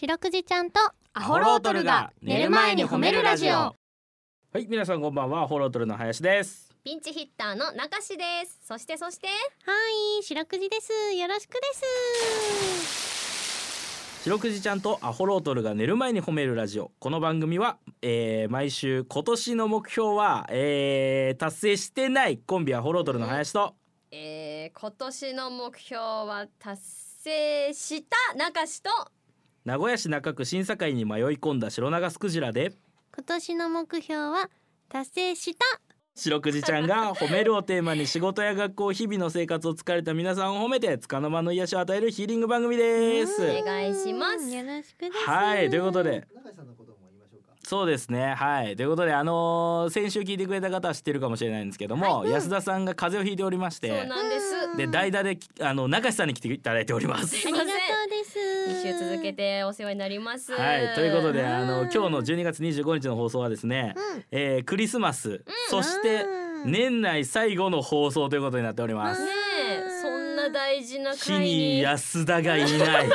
白くじちゃんとアはい皆さんこんばんはホロートルの林ですピンチヒッターの中志です。そしてそしてはい白くじですよろしくです白くじちゃんとアホロートルが寝る前に褒めるラジオこの番組は、えー毎週今年の目標は、えー達成してないコンビアホロートルの林とえー、今年の目標は達成した中志と名古屋市中区審査会に迷い込んだ白長スクジラで今年の目標は達成した白くじちゃんが褒めるをテーマに仕事や学校日々の生活を疲れた皆さんを褒めて束の間の癒しを与えるヒーリング番組ですお願いしますよろしくですはいということで中井さんのことも言いましょうか。そうですねはいということであのー先週聞いてくれた方は知ってるかもしれないんですけども、安田さんが風邪をひいておりましそうてなんでうす。んで代打できあの中志さんに来ていただいておりますす。ありいがませとんうです2週続けてお世話になります。はいということであのうん今日の12月25日の放送はですね、うんえークリスマス、そしてうん年内最後の放送ということになっておりまねす。えそんな大事な日会にに安田がいない。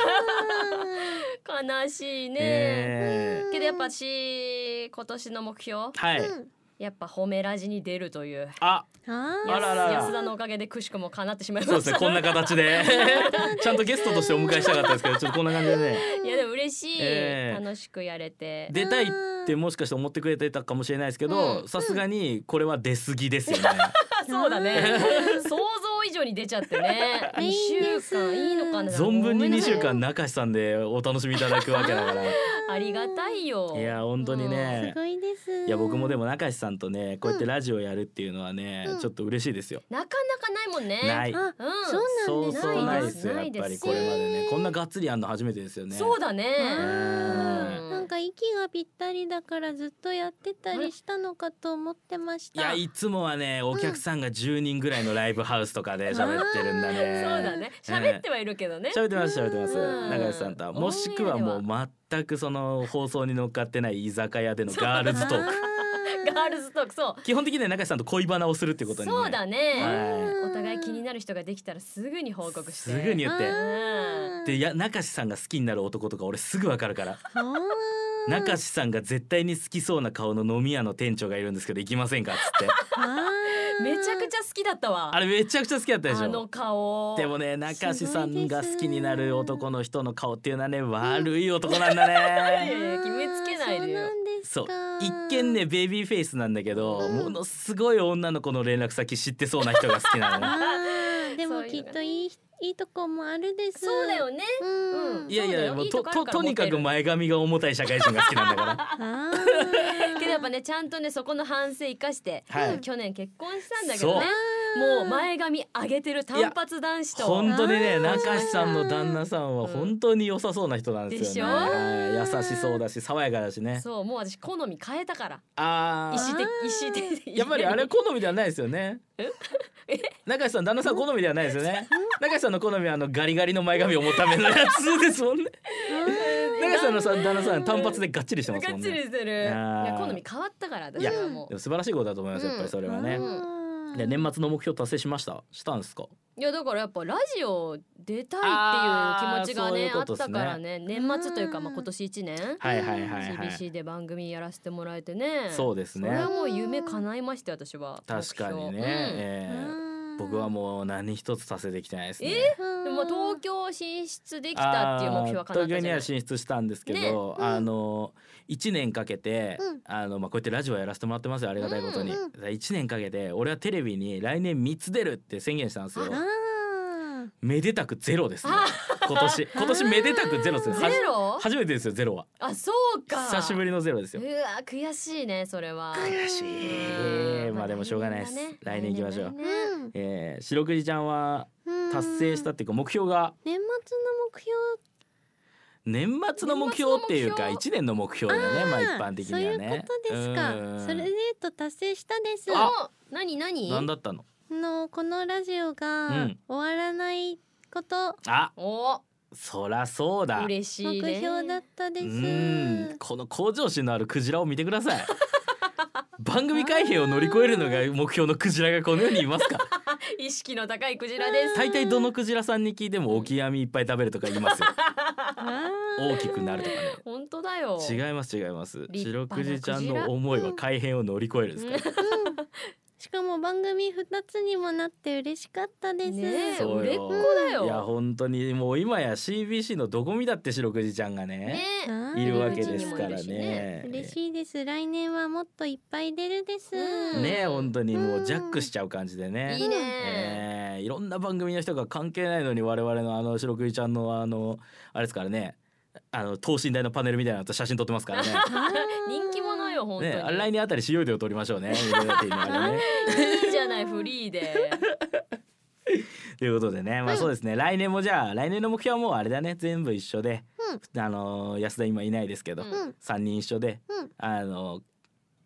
悲しいね。えけどやっぱし今年の目標ーはい。うんやっぱ褒めラジに出るというあああららら安田のおかげでくしくも叶ってしまいまそうでしすたねこんな形でちゃんとゲストとしてお迎えしたかったですけどちょっとこんな感じでね。いやでも嬉しい、ええ楽しくやれて出たいってもしかして思ってくれてたかもしれないですけうどんさすがにこれは出過ぎです よねあそうだね想像以上に出ちゃってね い2いんで週す間いいのかな存分にごめん2なさい週間中志さんでお楽しみいただくわけだから いありがたいよや本当にすねごいですいや僕もでもも中志さんとねこうやってラジオやるっていうのはねうんちょっと嬉しいですよ。なかなかないもんねないあうんそそううなんですねそうないですよなやっいですぱりこれまでねこんながっつりやんの初めてですよね。そうだうね、んうんなんか息がぴったりだからずっとやってたりしたのかと思ってましいやた。いつもはねお客さんが10人ぐらいのライブハウスとかで喋ってるんだそね。うだね喋ってはいるけどね、喋ってます喋ってますうん中谷さんとはもしくはもう全くその放送に乗っかってない居酒屋でのガールズトークガールズトークそう基本的には中谷さんと恋バナをするってことにねそうだね、はお互い気になる人ができたらすぐに報告いしてすぐに言ってうんでや中志さんが好きになる男とか俺すぐわかるから中中志さんが絶対に好きそうな顔の飲み屋の店長がいるんですけど行きませんかっつ ってめちゃくちゃゃ好きだったわあれめちゃくちゃ好きだったでしあょの顔でもね中志さんが好きになる男の人の顔っていうのはね悪い男なんいだねやいや決めつけないでよそうなんですそうか。一見ねベイビーフェイスなんだけど、うんものすごい女の子の連絡先知ってそうな人が好きなの ねあー。でもそうきいうっのがといいいいとこもあるです。そうだよねうん。うんいやいそうだやよもういいととこあるとからとにかくモ前髪が重たい社会人が好きなんだから あーけどやっぱねちゃんとねそこの反省生かして、はい去年結婚したんだけどねもう前髪上げてる単発男子と本当にねあー中志さんの旦那さんは本当に良さそうな人なんですよね、でしょはい優しそうだし爽やかだしねそうもう私好み変えたからあ石あ的石的やっぱりあれ好みではないですよね 中志さん旦那さん好みではないですよね中志さんの好みはあのガリガリの前髪重ためのやつですもん ね中志さんのさ旦那さん単発でがっちりしてがますもっんちねりしてるいあーや好み変わったから私はもでも素晴らしいことだと思います、うんやっぱりそれはね。うんで年末の目標達成しましたしたんですかういやだからやっぱラジオ出たいっていう気持ちがねあーそういあうこっとったすねからね年末というかまあうん今年一年はいはいはいはい CBC で番組やらせてもらえてねそうですこれねはもう夢叶いまして私は確かにね、目標えーうん僕はもう何一つ達成できてないですねうんでもまあ東京進出できたっていう目標はあー叶った東じ京ゃにないは進出したんですけねど、うんあの1年かけて、うんあのまあ、こうやってラジオやらせてもらってますよありがたいことに、うんうん1年かけて俺はテレビに来年3つ出るって宣言したんですよあらめでたくゼロですね今年今年めでたくゼロですねはじゼロ初めてですよゼロはあそうか久しぶりりのゼロですようわ悔しいねそれは悔しいまあでもしょうがないです、来年行きましょう、うえー、白くじちゃんはん達成したっていうか目標が年末の目標年末の目標っていうか年一年の目標だねまあ一般的にそはういうねことですうかんそれで言うと達成したですおあ何何何だったののこのラジオうがん終わらないことあおそらそうだ嬉し目いね標だったうですんこの向上心のあるクジラを見てください 番組開閉を乗り越えるのが目標のクジラがこの世にいますか意識の高いクジラです大体どのクジラさんに聞いてもオキアミいっぱい食べるとか言いますよ あー大きくなるとかね本当だよ。違います違います立白派くなじちゃんの思いは改変を乗り越えるですから、うんしかも番組二つにもなって嬉しかったです。ねえ、そうよ売れっ子だよ。いや本当にもう今や CBC のどこ見だって白くじちゃんがねねはいるわけですか入りら口にもいね嬉しいです。来年はもっといっぱい出るです。うんね本当にもううんジャックしちゃう感じでねいいね。えーいろんな番組の人が関係ないのに我々のあの白くじちゃんのあのあれですからねあの等身大のパネルみたいなのと写真撮ってますからね人気者よ 本当に。ねあれ来年あたり COD を撮りましょうねみたいなっていうのがねいいじゃないフリーで。ということでね、まあそうですね、来年もじゃあ来年の目標はもうあれだね全部一緒で、あのー安田今いないですけど、うん3人一緒で、うんあのー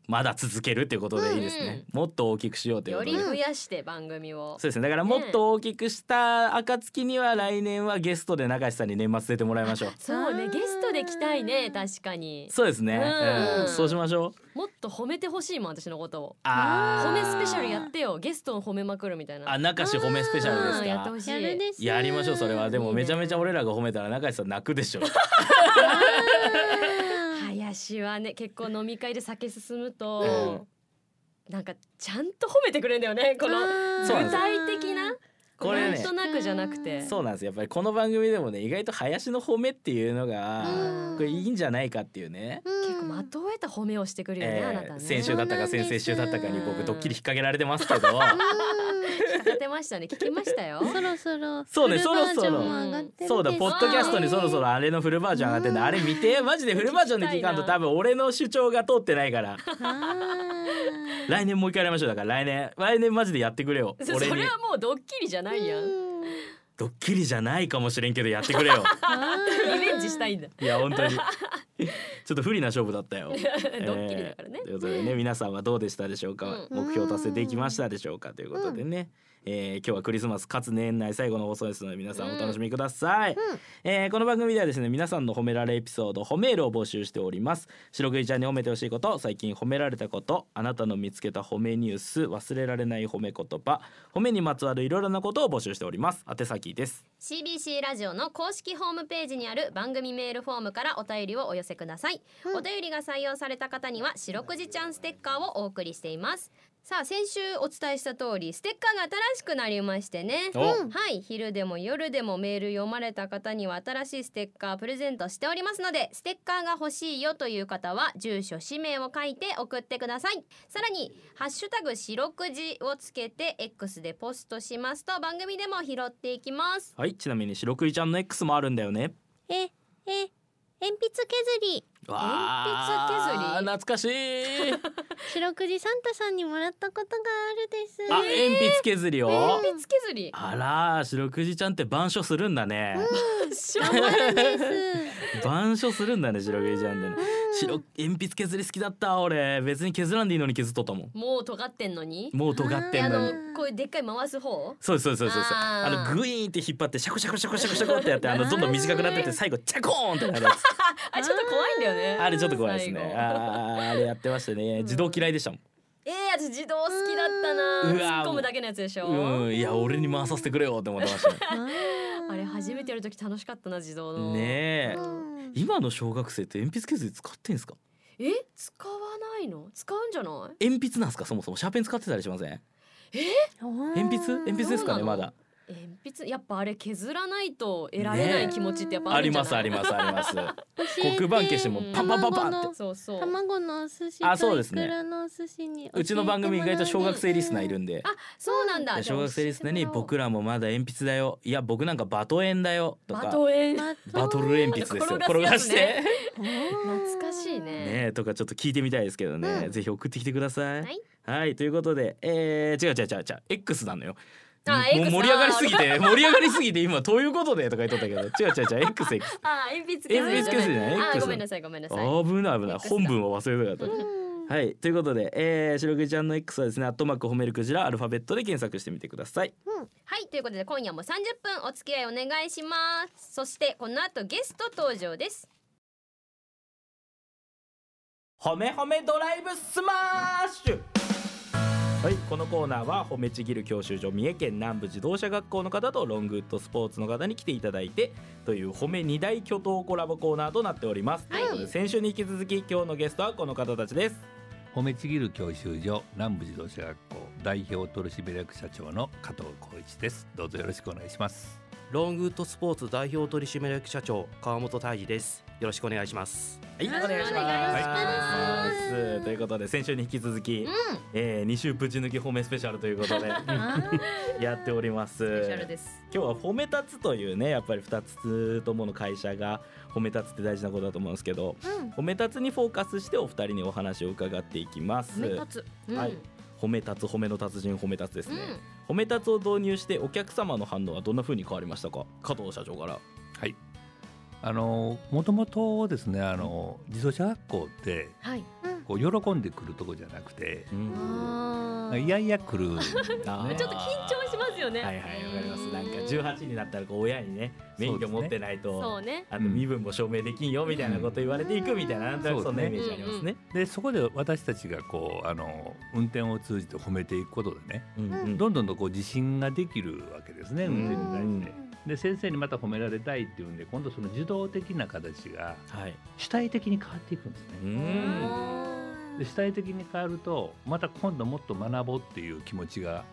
まだ続けるっていうことでいいですね、もっと大きくしようというよこと で。り増やして番組を。そうですねだからもっと大きくした暁には来年はゲストで中地さんに年末出てもらいましょうそうあねーゲストで来たいね確かに。そうですね、うんうんそうしましょうもっと褒めてほしいもん私のことを。あー褒めスペシャルやってよゲストを褒めまくるみたいな。あ中地褒めスペシャルですうかんやってほしい。やるです。やりましょうそれはでいもいねめちゃめちゃ俺らが褒めたら中地さん泣くでしょう は林はね結構飲み会で酒進むと、なんかちゃんと褒めてくれんだよねこの具そうなんです体的なこれなねんとなくじゃなくてそうなんですやっぱりこの番組でもね意外と林の褒めっていうのがこれいいんじゃないかっていうね、結構まとえた褒めをしてくるよね、あなえーたね先週だったかそうなんで先す々週だったかに僕ドッキリ引っ掛けられてますけ ど引っ掛けてましたね聞きまし たよそろそろそうねフルバージョンそろそろも上がってるでしょそうだポッドキャストにそろそろあれのフルバージョン上がってんだあれ見てマジでフルバージョンで聞かんと聞きたいな多分俺の主張が通ってないからはい来年もう一回やりましょうだから来年来年マジでやってくれよそ俺そにれはもうドッキリじゃないやんリうんドッキリじゃないかもしれんけどやってくれよはいベンジしたい んだいや本当にちょっと不利な勝負だったよ ドッキリだからねえー、ということでね皆さんはどうでしたでしょうか、うん目標達成できましたでしょうかということでね、えー今日はクリスマスかつ年内最後の放送ですので皆さんお楽しみください、うんえーこの番組ではですね皆さんの褒められエピソード褒めールを募集しております白くじちゃんに褒めてほしいこと最近褒められたことあなたの見つけた褒めニュース忘れられない褒め言葉褒めにまつわるいろいろなことを募集しております宛先です CBC ラジオの公式ホームページにある番組メールフォームからお便りをお寄せください、うんお便りが採用された方には白くじちゃんステッカーをお送りしていますさあ先週お伝えした通りステッカーが新しくなりましてねおうんはい昼でも夜でもメール読まれた方には新しいステッカープレゼントしておりますのでステッカーが欲しいよという方は住所氏名を書いて送ってくださいさらに「ハッシュタグ白くじ」をつけて X でポストしますと番組でも拾っていきますはいちなみに白くじちゃんの X もあるんだよねええ鉛筆削りわー鉛筆削り懐かしい白くじサンタさんにもらったことがあるですあ、鉛筆削りを、鉛筆削りあらー、白くじちゃんって板書するんだね。頑張るです板書するんだね、白くじちゃんってね。白、鉛筆削り好きだった、俺、別に削らんでいいのに削っとったもん。もう尖ってんのにもう尖ってであんののに。こういうでっかい回す方そうですそうですそうですそうです。あーあのグイーンって引っ張ってシャコシャコシャコシャコシャコってやって、あのどんどん短くなってって、最後チャコーンってなるやつ。あちょっと怖いんだよねあれちょっと怖いです最ね。後あーあれやってましたね。自動嫌いでしたもん。えー、私自動好きだったうなわ突っ込むだけのやつでしょ、うん、いや、俺に回させてくれよって思ってましたね。あれ初めてやるとき楽しかったな自動のねえう。ん今の小学生って鉛筆削り使ってんすか。え使わないの使うんじゃない鉛筆なんですかそもそもシャーペン使ってたりしません鉛筆鉛筆ですかねそうなまのだ鉛筆やっぱあれ削らないと得られない気持ちってやっぱああるりんじゃまないすありますあり ます教えて黒板消してもパンパンパンパンってそうそう卵のお寿司あそとうでいすねくらのお寿司にうちの番組意外と小学生リスナーいるんであそうなんだ、じゃあ小学生リスナーに教えてもらおう僕らもまだ鉛筆だよいや僕なんかバトエンだよとバかトエンババトル鉛筆ですよ転転ががすしやつねて懐懐かしいねねえとかちょっと聞いてみたいですけどねうんぜひ送ってきてくださいはいはいということでえー違う違う違う違う X なのよあもう X 盛り上がりすぎて盛り上がりすぎて今どういうことでとか言っとったけど違う違う違う XXX あ鉛筆削り鉛筆削りじゃないあ X ごめんなさいごめんなさい危ない危ない X だ本文を忘れてなかったはいということで、えー、白くじちゃんの X はですね「アットマーク褒めるクジラ」アルファベットで検索してみてくださいはいということで今夜も30分お付き合いお願いしますそしてこの後ゲスト登場です褒め褒めドライブスマッシュはい、このコーナーは褒めちぎる教習所三重県南部自動車学校の方とロングウッドスポーツの方に来ていただいてという褒め二大巨頭コラボコーナーとなっております、はいということで先週に引き続き今日のゲストはこの方たちです褒めちぎる教習所南部自動車学校代表取締役社長の加藤浩一ですどうぞよろしくお願いしますロングウッドスポーツ代表取締役社長川本大義ですよろしくお願いしますはい、おろしくお願いし願いしまますすということで先週に引き続き、えー、2週ぶち抜き褒めスペシャルということで やっておりますスペシャルです今日は褒め立つというねやっぱり2つともの会社が褒め立つって大事なことだと思うんですけど褒め立つにフォーカスしてお二人にお話を伺っていきます褒め立つ、うん、ははいい、褒め立つ褒めの達人褒め立つですうねん、、褒め立つを導入してお客様の反応はどんな風に変わりましたか加藤社長からはいあのもともとですねあの自動車学校ってはい、こう喜んでくるとこじゃなくてうんあーいやいや来るんですねあーちょっと緊張しますよね、はいはいわかりますなんか18になったらこう親にね免許持ってないそと、うねあの身分も証明できんよみたいなこと言われていくみたいななんとなくそんなイメージありますね。でそこで私たちがこうあの運転を通じて褒めていくことでねうんうんどんどんとこう自信ができるわけですねうん運転に対して。で先生にまた褒められたいっていうんで今度その受動的な形がはい。主体的に変わっていくんですうね。ん。で主体的に変わるとまた今度もっと学ぼうっていう気持ちが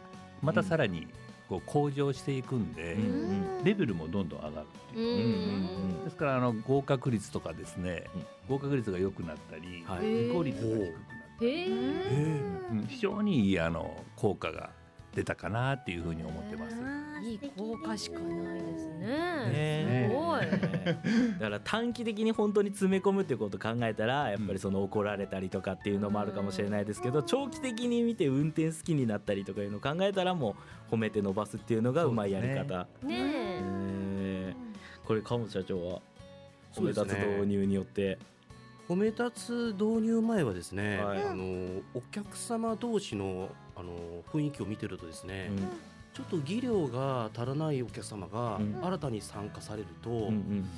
またさらにこう向上していくんで、うんレベルもどんどん上がる。うんうんうんでうすからあの合格率とかですねうん合格率が良くなったり、はい離婚率が低くなったり、へーうん非常にいいあの効果が出たかなっていうふうに思ってます。いい効果しかないですね。ん。ねすごい。え。だから短期的に本当に詰め込むっていうことを考えたらやっぱりその怒られたりとかっていうのもあるかもしれないですけど長期的に見て運転好きになったりとかいうのを考えたらもう褒めて伸ばすっていうのがうまいやりそうです方。ねえーこれ鴨社長はそう褒めです立ねつ導入によって、褒め立つ導入前はですね、はいあのお客様同士のあの雰囲気を見てるとですね、うんちょっと技量が足らないお客様がうん新たに参加されると、うんうん、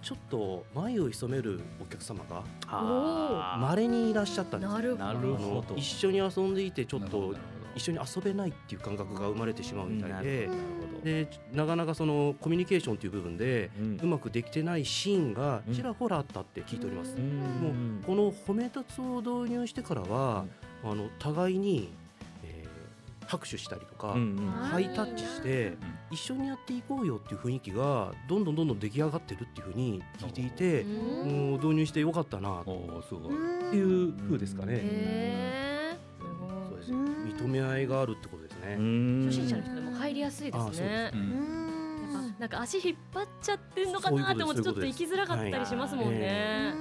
ちょっと眉を潜めるお客様があー稀にいらっしゃったえ。んですなるほなど。るあのほど一緒に遊んでいてちょっなるほどとなるほど一緒に遊べないっていう感覚が生まれてしまうみたいでなるでなかなかそのコミュニケーションという部分でほどうんうまくできてないシーンがうんちらほらあったって聞いております。もうもこの褒め立つを導入してからは、あの互いに、えー拍手したりとか、うんうんハイタッチしてうん一緒にやっていこうよっていう雰囲気がどんどんどんどん出来上がってるっていうふうに聞いていてう、んもう導入してよかったなっおーすごい。ていう風ですかね。へえ。すそうごでいす認め合いがあるってことですね。初初心者の人でも入りやすいであすそうねで。うんなんかなんか足引っ張っちゃってんのかなって思ってちそょういうっことですと行きづらかったりしますもんね。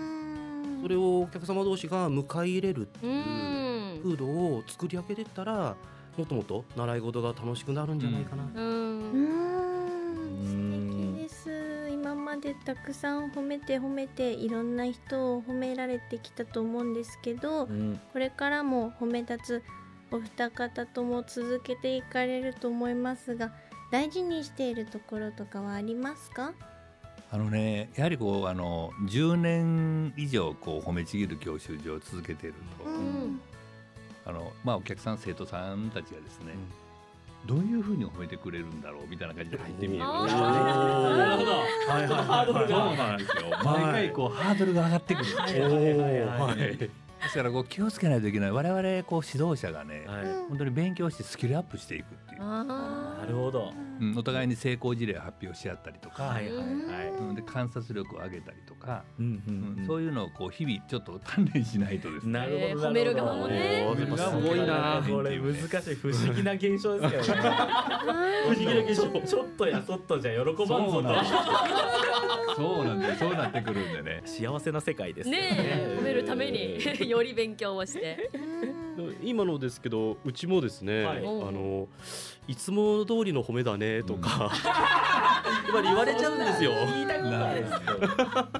それをお客様同士が迎え入れるってう。いうん風土を作り上げてったらもっともっと習い事が楽しくなるんじゃないかな。うん。素敵です今までたくさん褒めて褒めていろんな人を褒められてきたと思うんですけどうんこれからも褒め立つお二方とも続けていかれると思いますが大事にしているところとかはありますかあのねやはりこうあの10年以上こう褒めちぎる教習所を続けていると、んあのまあ、お客さん生徒さんたちがですね、どういうふうに褒めてくれるんだろうみたいな感じで入ってみるあとーねなるほどはいはいはいハードルそうがなんですよ毎回こうハードルが上がってくるんですおよーはいですからこう気をつけないといけない我々こう指導者がね、はい本当に勉強してスキルアップしていくっていう、あなるほどうん、お互いに成功事例を発表し合ったりとか、はいはいはいうん、で観察力を上げたりとか、うんううんんうんそういうのをこう日々ちょっと鍛錬しないとですねなるほどえなーるほど褒める側もねおー褒める側もすごいなすこごいなれ難しい不思議な現象ですけどね不思議な現象ちょっとやそっとじゃ喜ばんそぞとうなんですよそうなんですよそうなってくるんでね幸せな世界でーすよねえ褒めるためにより勉強をして。今のですけどうちもですね、はいあのいつも通りの褒めだねとか、やっぱり言われちゃうんですよ。言いたくないですよ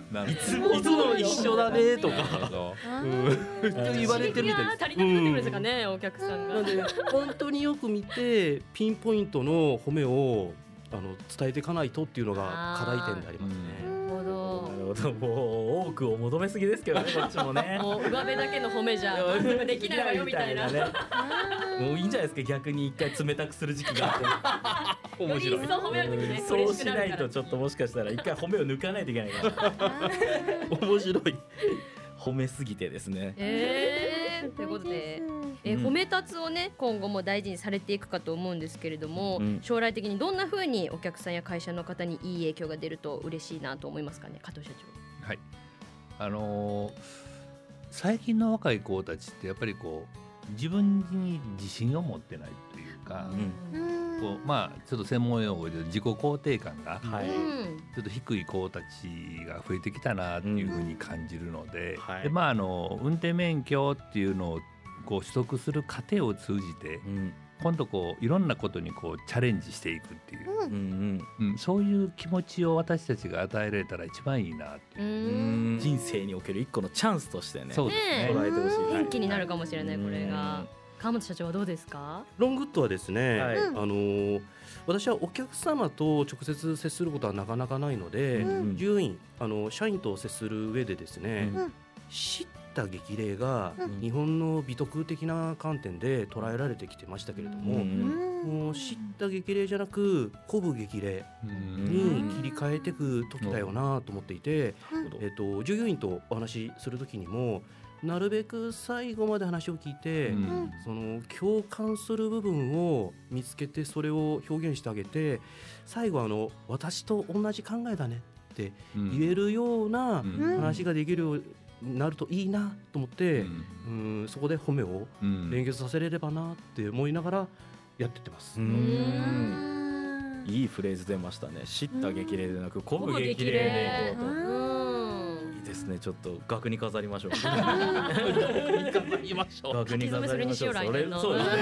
なるいつもいつも一緒だねとか、ほどうん、言われてるみたいで刺激す。が足りなくなってくるんですかね、お客さんうん。が。なんで本当によく見てピンポイントの褒めをあの伝えていかないとっていうのが課題点でありますね。なるほどなるほこともう多くを求めすぎですけどねこっちもね。もう上辺だけの褒めじゃいやできないわよみた いな。ねもういいんじゃないですか逆に一回冷たくする時期があって面白いより一層褒められる時ねうんそ嬉うししくなるからないとちょっともしかしたら一回褒めを抜かないといけないから面白い褒めすぎてですねえすー、というごこいとで。。ですえーうん褒め立つをね今後も大事にされていくかと思うんですけれども、うん将来的にどんな風にお客さんや会社の方にいい影響が出ると嬉しいなと思いますかね加藤社はい、あのー最近の若い子たちってやっぱりこう自分に自信を持ってないというか、う長。んこうまあちょっと専門用語で自己肯定感がはいうんちょっと低い子たちが増えてきたなっていうふうに感じるので,、うんはいでまあ、あの運転免許っていうのをこう取得する過程を通じてうん今度こういろんなことにこうチャレンジしていくっていう、うんうんうんそういう気持ちを私たちが与えられたら一番いいなっていうう、ん人生における一個のチャンスとしてねそうですねねえ捉えてほしい元気になるかもしれないうんこれが川本社長はどうですかロングッドはですね、はいあのー私はお客様と直接接することはなかなかないので、ん従業員あの社員と接する上でですね、うん知った激励がうん日本の美徳的な観点で捉えられてきてましたけれども、もう知った激励じゃなく鼓舞激励うんに切り替えていく時だよなと思っていて、えっと従業員とお話しする時にもなるべく最後まで話を聞いて、うんその共感する部分を見つけてそれを表現してあげて最後あの「私と同じ考えだね」ってうん言えるようなうんうん話ができるようになるといいなと思って、ううんん、そこで褒めをうん連結させれればなって思いながらやってってます。うんうんうんいいフレーズ出ましたね知った激励でなく鼓舞激励でいこううんとうんいいですねちょっと額に飾りましょう 言いましょう額に飾りましょう書き初めそれにしよう来年のそうですね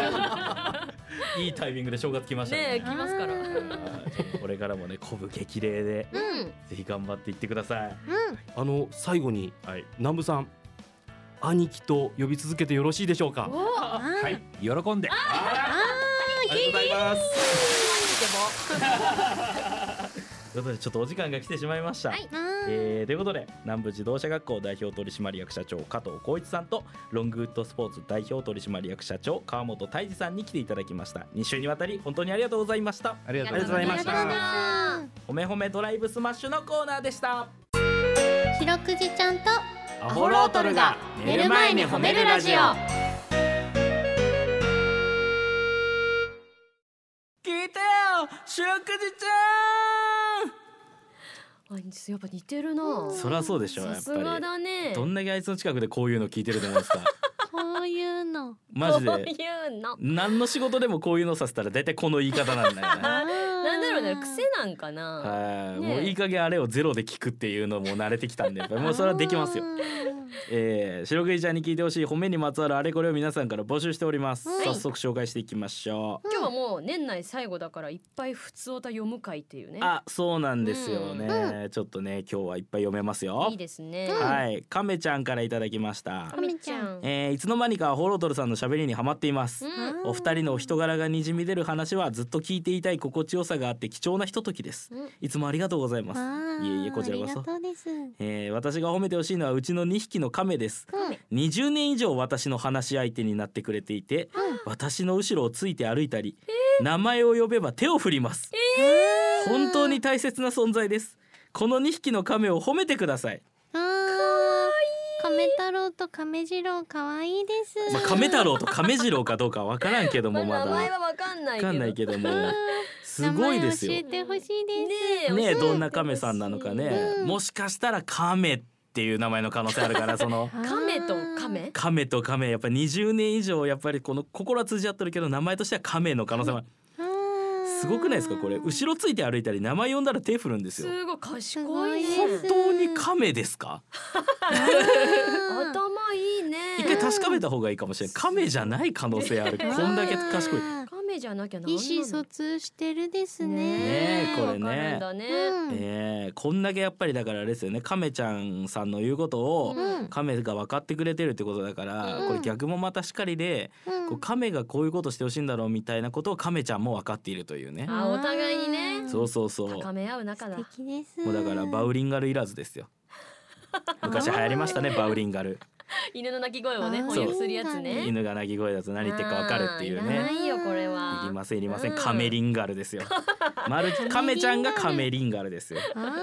いいタイミングで正月来ましたねえね来ますからうんはいちょっとこれからもね鼓舞激励でうんぜひ頑張っていってくださいあの最後にはい南部さん兄貴と呼び続けてよろしいでしょうか。ははいい喜んでありがとうございます ということでちょっとお時間が来てしまいました、はいえーということで南部自動車学校代表取締役社長加藤浩一さんとロングウッドスポーツ代表取締役社長川本泰治さんに来ていただきました2週にわたり本当にありがとうございましたありがとうとうごござざいいままししたた。褒め褒めドライブスマッシュのコーナーでした白くじちゃんとアホロートルが寝る前に褒めるラジオ聞いてよ白くじちゃんあやっぱ似てるなそりゃそうでしょやさっすがぱりだねどんだけあいつの近くでこういうの聞いてると思うんですかこういうの マジこうでいうの何の仕事でもこういうのさせたら大体この言い方なんだよ ねななんだろうね癖なんかなはい、ねえもういい加減あれをゼロで聞くっていうのも慣れてきたんで やっぱりもうそれはできますよ。えー、白クジちゃんに聞いてほしい褒めにまつわるあれこれを皆さんから募集しております、はい早速紹介していきましょう、今日はもう年内最後だからいっぱい普通歌読む会っていうねあそうなんですよね、ちょっとね今日はいっぱい読めますよいいですねはいカメちゃんからいただきましたか、みちゃんえーいつの間にかホロトルさんの喋りにはまっています、うんお二人のお人柄がにじみ出る話はずっと聞いていたい心地よさがあって貴重なひとときです、うんいつもありがとうございますいえいえこちらこありそがとうですえー私が褒めてほしいのはうちの2匹の亀です20年以上私の話し相手になってくれていて、私の後ろをついて歩いたり、名前を呼べば手を振ります、本当に大切な存在ですこの2匹の亀を褒めてください、かわい亀太郎と亀次郎かわいいですまあ、亀太郎と亀次郎かどうかわからんけどもままあだ名前わはわかんないけどかんないけどもす名ご前いですよ教えてほしいでねえね教ええてどんな亀さんなのかね、うんもしかしたら亀っていう名前の可能性あるからその す亀と亀亀と亀やっぱり20年以上やっぱりこの心は通じ合ってるけど名前としては亀の可能性もあるすごくないですかこれ後ろついて歩いたり名前呼んだら手振るんですよすごい賢いねすごいです本当に亀ですか頭いいね一回確かめた方がいいかもしれない亀じゃない可能性あるこんだけ賢いね亀じゃなきゃなんな意の思疎通してるですねねえこれねわかるんだねうんえこんだけやっぱりだからあれですよね亀ちゃんさんの言うことをうん亀が分かってくれてるってことだからうんこれ逆もまたしかりでうんこう亀がこういうことしてほしいんだろうみたいなことを亀ちゃんも分かっているというねあお互いにねそうそうそう高め合う仲だ素敵ですもうだからバウリンガルいらずですよ。昔流行りましたねバウリンガル犬の鳴き声をねあー翻訳するやつえね。犬が鳴き声だと何言ってるかわかるっていうあーらねないよこれはいりませんいりませうんんカメリンガルですよマルチカメちゃんがカメリンガルですよ、あ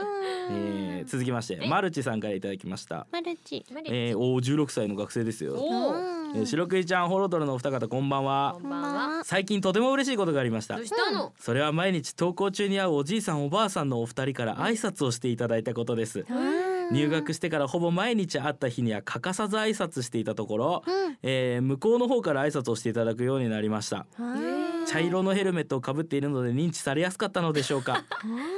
えーー、続きましてマルチさんからいただきましたマルチ。マリえー、おー16歳の学生ですよおお。あえーー、白クイちゃんホロドロのお二方こんばんはこんばんは。最近とても嬉しいことがありましたどうしたの？それは毎日登校中に会うおじいさんおばあさんのお二人から挨拶をしていただいたことですこんばんは入学してからほぼ毎日会った日には欠かさず挨拶していたところ、えー向こうの方から挨拶をしていただくようになりましたうん。茶色のヘルメットをかぶっているので認知されやすかったのでしょうか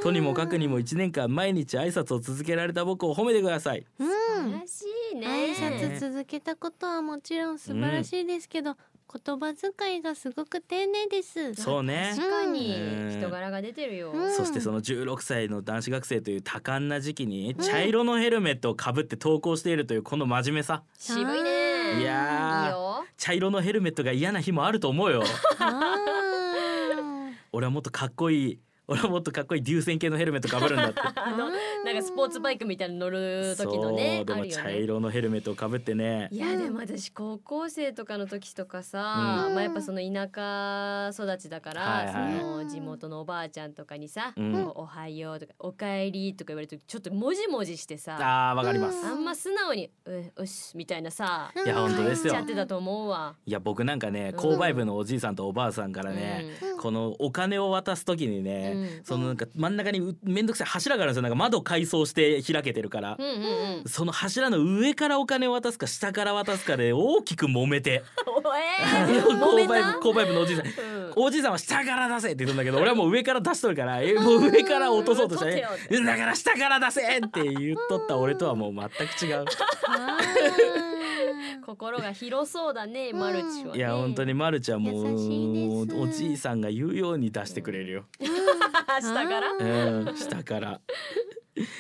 とにもかくにも1年間毎日挨拶を続けられた僕を褒めてくださいうん。らしいね。挨拶続けたことはもちろん素晴らしいですけど、言葉遣いがすごく丁寧です。 そうね確かにうん人柄が出てるよ。うんそしてその16歳の男子学生という多感な時期に茶色のヘルメットをかぶって登校しているというこの真面目さ渋いね。いやーいいよ。茶色のヘルメットが嫌な日もあると思うよあ俺はもっとかっこいい俺はもっとかっこいい流線系のヘルメットかぶるんだってあのなんかスポーツバイクみたいなの乗る時のねそうであもるよ茶ね。色のヘルメットをかぶってねいやでも私高校生とかの時とかさ、うんまあやっぱその田舎育ちだから、はいはいその地元のおばあちゃんとかにさ「うんこうおはよう」とか「おかえり」とか言われるとちょっともじもじしてさあーわかりますあんま素直に「ううっし」みたいなさーいや本当ですしよちゃってたと思うわ。いや僕なんかねうん購買部のおじいさんとおばあさんからね、うんこのお金を渡す時にうんね、うんそのなんか真ん中にうめんどくさい柱があるんですよなんか窓改装して開けてるからう、ん うんその柱の上からお金を渡すか下から渡すかで大きく揉め て おえあのー、購揉め買た部購買部のおじいさんうんおじいさんは下から出せって言ったんだけど俺はもう上から出しとるからえもう上から落とそうとしたねうん取っだから下から出せって言っとった俺とはもう全く違う。ー心が広そうだね、マルチは、ね。いや本当にマルちゃんも優しいですおじいさんが言うように出してくれるよ、明日から。うん、下から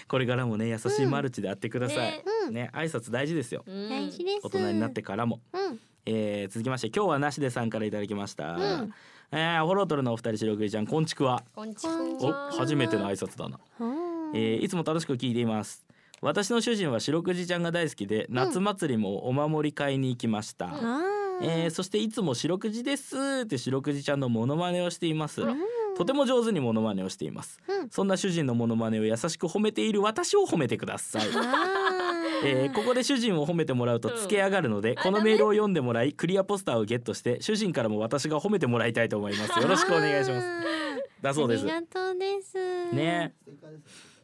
これからもね優しいマルチであってください、うんね挨拶大事ですようん大事です。大人になって。からも、うん。えー、続きまして今日はなしでさんからいただきました、うんえー、ホロトルのお二人白くじちゃんこんちくわこんちこんおにちは初めての挨拶だな、うんえー、いつも楽しく聞いています私の主人は白くじちゃんが大好きで夏祭りもお守り買いに行きました、あえーそしていつも白くじですって白くじちゃんのモノマネをしています、とても上手にモノマネをしています、うんそんな主人のモノマネを優しく褒めている私を褒めてください、 えーここで主人を褒めてもらうとつけ上がるので、このメールを読んでもらいクリアポスターをゲットして主人からも私が褒めてもらいたいと思いますよろしくお願いしますす。だそうですありがとうです。。ね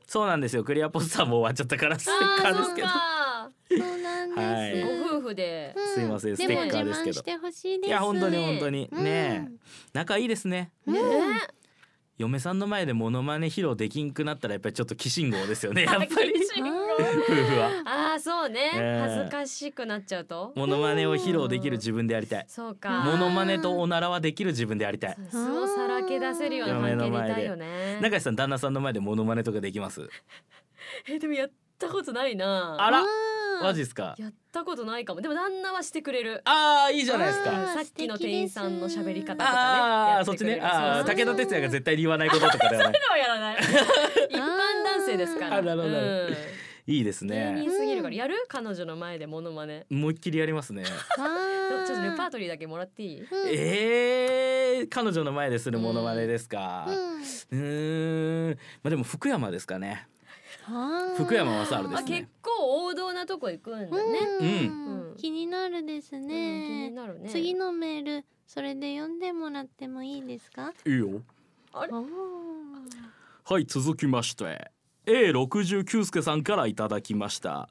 そうなんですよクリアポスターも終わっちゃったからステッカーですけどあそうなんはいです。ーそうか。ご夫婦で。うんすいませんスでテもッカ自ーですけ慢どしてほしいです。いや本当に本当にうんねえ仲いいですねね嫁さんの前でモノマネ披露できんくなったらやっぱりちょっと鬼神号ですよね やっぱり厳しい夫婦はああ、そうね、ええ恥ずかしくなっちゃうと。モノマネを披露できる自分でありたいそうモか。ノマネとおならはできる自分でありたい素をさらけ出せるような関係でいたいよね。中井さん旦那さんの前でモノマネとかできますえ、でもやったことないな。あらうんマジですかやったことないかも。でも旦那はしてくれる。あーいいじゃないですあかーさっきの店員さんの喋り方とかね。あやあてそっくちれねるああそうそう武田鉄矢が絶対に言わないこととかではないそういうのはや らない。一般男性ですから。あなるほどなるほどうんいいです芸ね人すぎるからやる彼女の前でモノマネ。思いっきりやりますねちょあっとレパートトリーだけもらっていい？えー、彼女の前でするモノマネですかうんうーんまあでも福山ですかねはー福山雅治であすね結構王道なとこ行くんだね。うんうん気になるですうん気にね。なるね。次のメールそれで読んでもらってもいいですか？いいよあれおーはい続きまして A69 助さんからいただきました、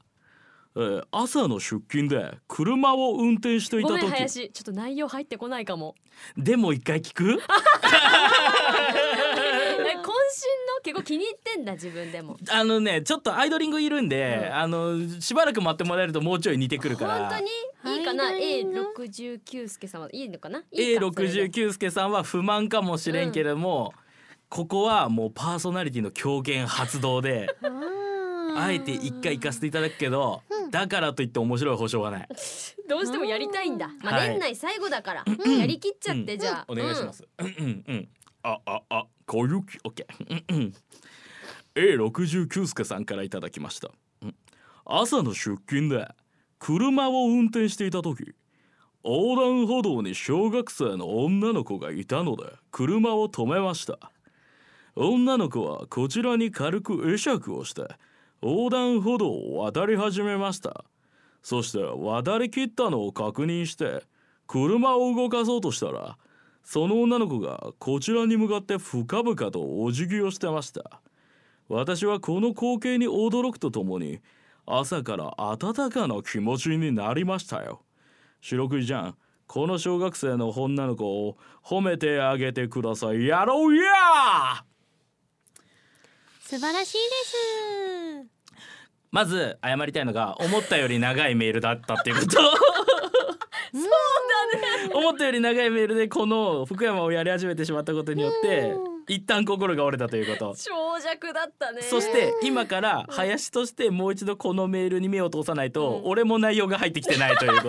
えー朝の出勤で車を運転していごためん時林、ちょっと内容入ってこないかも。でも一回聞くえ渾身の結構気に入ってんだ自分でも。あのねちょっとアイドリングいるんで、うんあのしばらく待ってもらえるともうちょい似てくるから本当にいいかなアイドリ A ング六十九助様いいのかな？いいかそれで A69 助さんは不満かもしれんけれども、ここはもうパーソナリティの狂言発動でああえて一回行かせていただくけど、だからといって面白い保証はないどうしてもやりたいんだ。まあはい年内最後だからやりきっちゃってじゃあ。お願いします。うんうんうん。あああ小雪オッケー。A 六十九助さんからいただきました。うん朝の出勤で車を運転していた時横断歩道に小学生の女の子がいたので車を止めました女の子はこちらに軽く会釈をして横断歩道を渡り始めましたそして渡り切ったのを確認して車を動かそうとしたらその女の子がこちらに向かって深々とお辞儀をしてました私はこの光景に驚くとともに朝から温かな気持ちになりましたよ白クイちゃんこの小学生の女の子を褒めてあげてくださいやろうや素晴らしいですまず謝りたいのが思ったより長いメールだったっていうこと思ったより長いメールでこの福山をやり始めてしまったことによって一旦心が折れたということ長尺だったねそして今から林としてもう一度このメールに目を通さないと俺も内容が入ってきてないという こと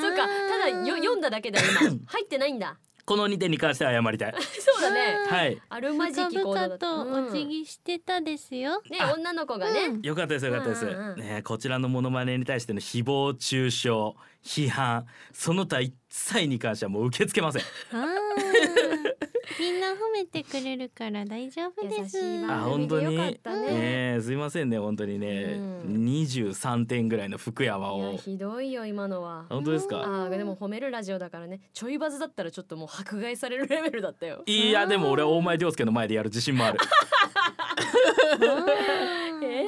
そうかただよ読んだだけだ今入ってないんだこの2点に関しては謝 りたいそうだねはいあるまじ深き行動だ々ったとお辞うん儀してたですよ、ね女の子がね、 よかったですよかったです、うんうんうんね、こちらのモノマネに対しての誹謗中傷批判その他一切に関してはもう受け付け ませんあーみんな褒めてくれるから大丈夫です優しいあわ本当によかっねたねえすいませんね本当にね、うん23点ぐらいの福山いやをひどいよ今のは本当ですかあーでも褒めるラジオだからねちょいバズだったらちょっともう迫害されるレベルだったよいやでも俺は大前涼介の前でやる自信もあるえ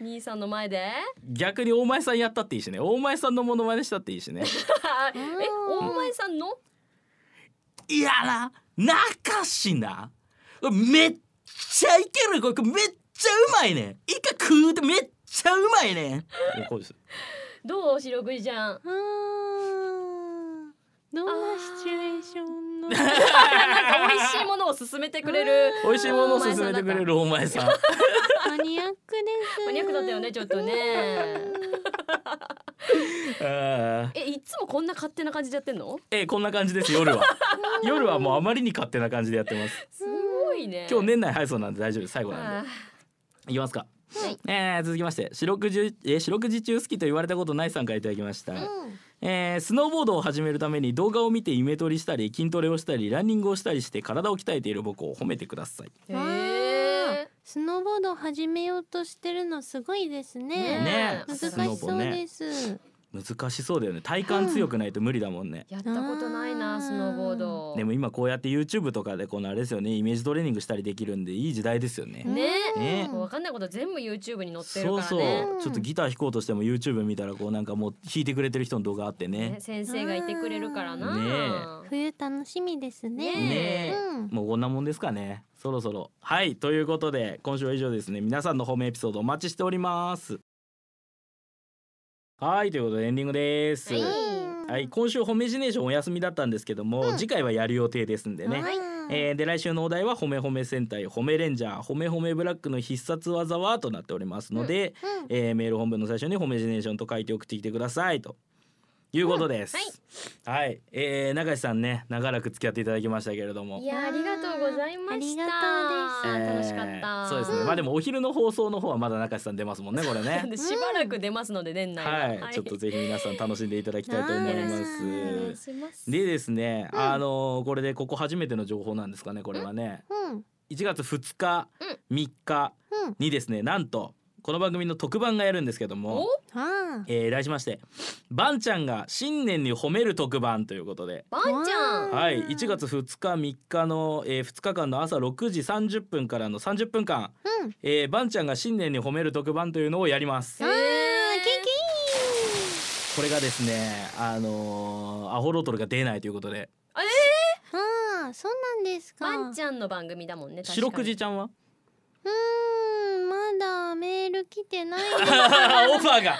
ー、兄さんの前で逆に大前さんやったっていいしね大前さんのモノマネしたっていいしね え大前さんのいやな中しなめっちゃいけるこれめっちゃうまいねイカ食うてめっちゃうまいねこうですどう白くじちゃんあーどんなシチュエーショ ンのなんか美味しいものを勧めてくれる美味しいものを勧めてくれるお前さん。マニアックですマニアックだったよねちょっとねええいつもこんな勝手な感じでやってんのえこんな感じです夜は。夜はもうあまりに勝手な感じでやってます。すごいね今日年内配送なんで大丈夫です最後なんあで。いきますか。はいえー続きまして四六時えー四六時中好きと言われたことないさんからいただきました、えースノーボードを始めるために動画を見てイメトレしたり筋トレをしたりランニングをしたりして体を鍛えている僕を褒めてくださいーへスノーボードを始めようとしてるのすごいですねねえ難スノしボそうねです、難しそうだよね体幹強くないと無理だもんね、ーやったことないあなースノーボードでも今こうやって YouTube とかでこのあれですよねイメージトレーニングしたりできるんでいい時代ですよね、ねねもう分かんないこと全部 YouTube に載ってるそうからそうねちょっとギター弾こうとしても YouTube 見たらこうなんかもう弾いてくれてる人の動画あってねね先生がいてくれるからな、ね冬楽しみですねねえ、うんもうこんなもんですかねそろそろはいということで今週は以上ですね皆さんの褒めエピソードお待ちしておりますはいということでエンディングです、はいはい、今週褒めジネーションお休みだったんですけども、次回はやる予定ですんでね、はいえーで来週のお題は「褒め褒め戦隊褒めレンジャー褒め褒めブラックの必殺技は?」となっておりますので、うんえーメール本文の最初に「褒めジネーション」と書いて送ってきてくださいということです。はい、えー、中地さんね長らく付き合っていただきましたけれどもい。やありがとうございましたありえ楽しかーった、そうですね、まあでもお昼の放送の方はまだ中地さん出ますもんねこれ なんねでしばらく出ますので年内はい、ちょっとぜひ皆さん楽しんでいただきたいと思いますしますでですね、あのーこれでここ初めての情報なんですかねこれはね、うん1月2日、3日うんにですねなんとこの番組の特番がやるんですけども、あえー、題しまして「ばんちゃんが新年に褒める特番」ということで。ばんちゃんはい、1月2日3日の、え2日間の朝6時30分からの30分間、うんえーばんちゃんが新年に褒める特番というのをやりますあ。ーキキこれがですね、あのーアホロトルが出ないということで、あーそうなんですかばんちゃんの番組だもんね白くじ確ちゃん はうーんまだメール来て ないですオファーが、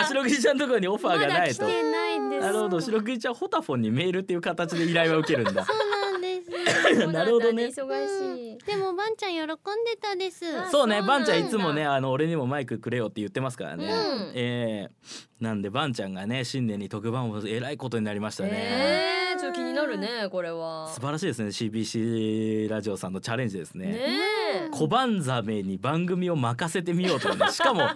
あ、白くじちゃんのところにオファーがないと。来てないんですなるほど、白くじちゃんホタフォンにメールっていう形で依頼は受けるん だ。そうなんです かにじなるほどねそうなんだ忙しいでもばんちゃん喜んでたですそうね、そうなんだばんちゃんいつもね、あの俺にもマイクくれよって言ってますからね。うんえーなんでばんちゃんがね、新年に特番をえらいことになりましたね。えー、ちょっと気になるねこれは素晴らしいですね、CBC ラジオさんのチャレンジですね。ね え小判ザメに番組を任せてみようというね、しかも。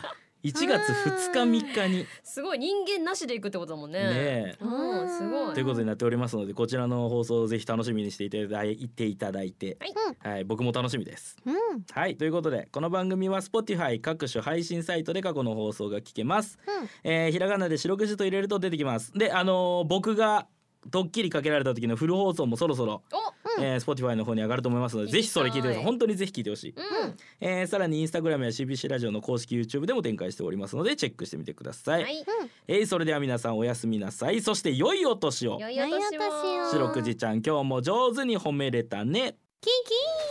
1月2日3日にすごい人間なしで行くってことだもんね。ねうんすごといい。うことになっておりますのでこちらの放送をぜひ楽しみにしていただいていただいて、はい僕も楽しみです。うんはいということでこの番組は Spotify 各種配信サイトで過去の放送が聞けます。えーひらがなで白くじと入れると出てきます。であのー僕がドッキリかけられた時のフル放送もそろそろ、えー Spotify の方に上がると思いますのでぜひそれ聞いてくだ聞さきたいい本当にぜひ聞いてほしい、うん。えーさらにインスタグラムや CBC ラジオの公式 YouTube でも展開しておりますのでチェックしてみてください、はい。えいそれでは皆さんおやすみなさいそして良いお年をよいお年良いお年をを。白くじちゃん今日も上手に褒めれたねキンキン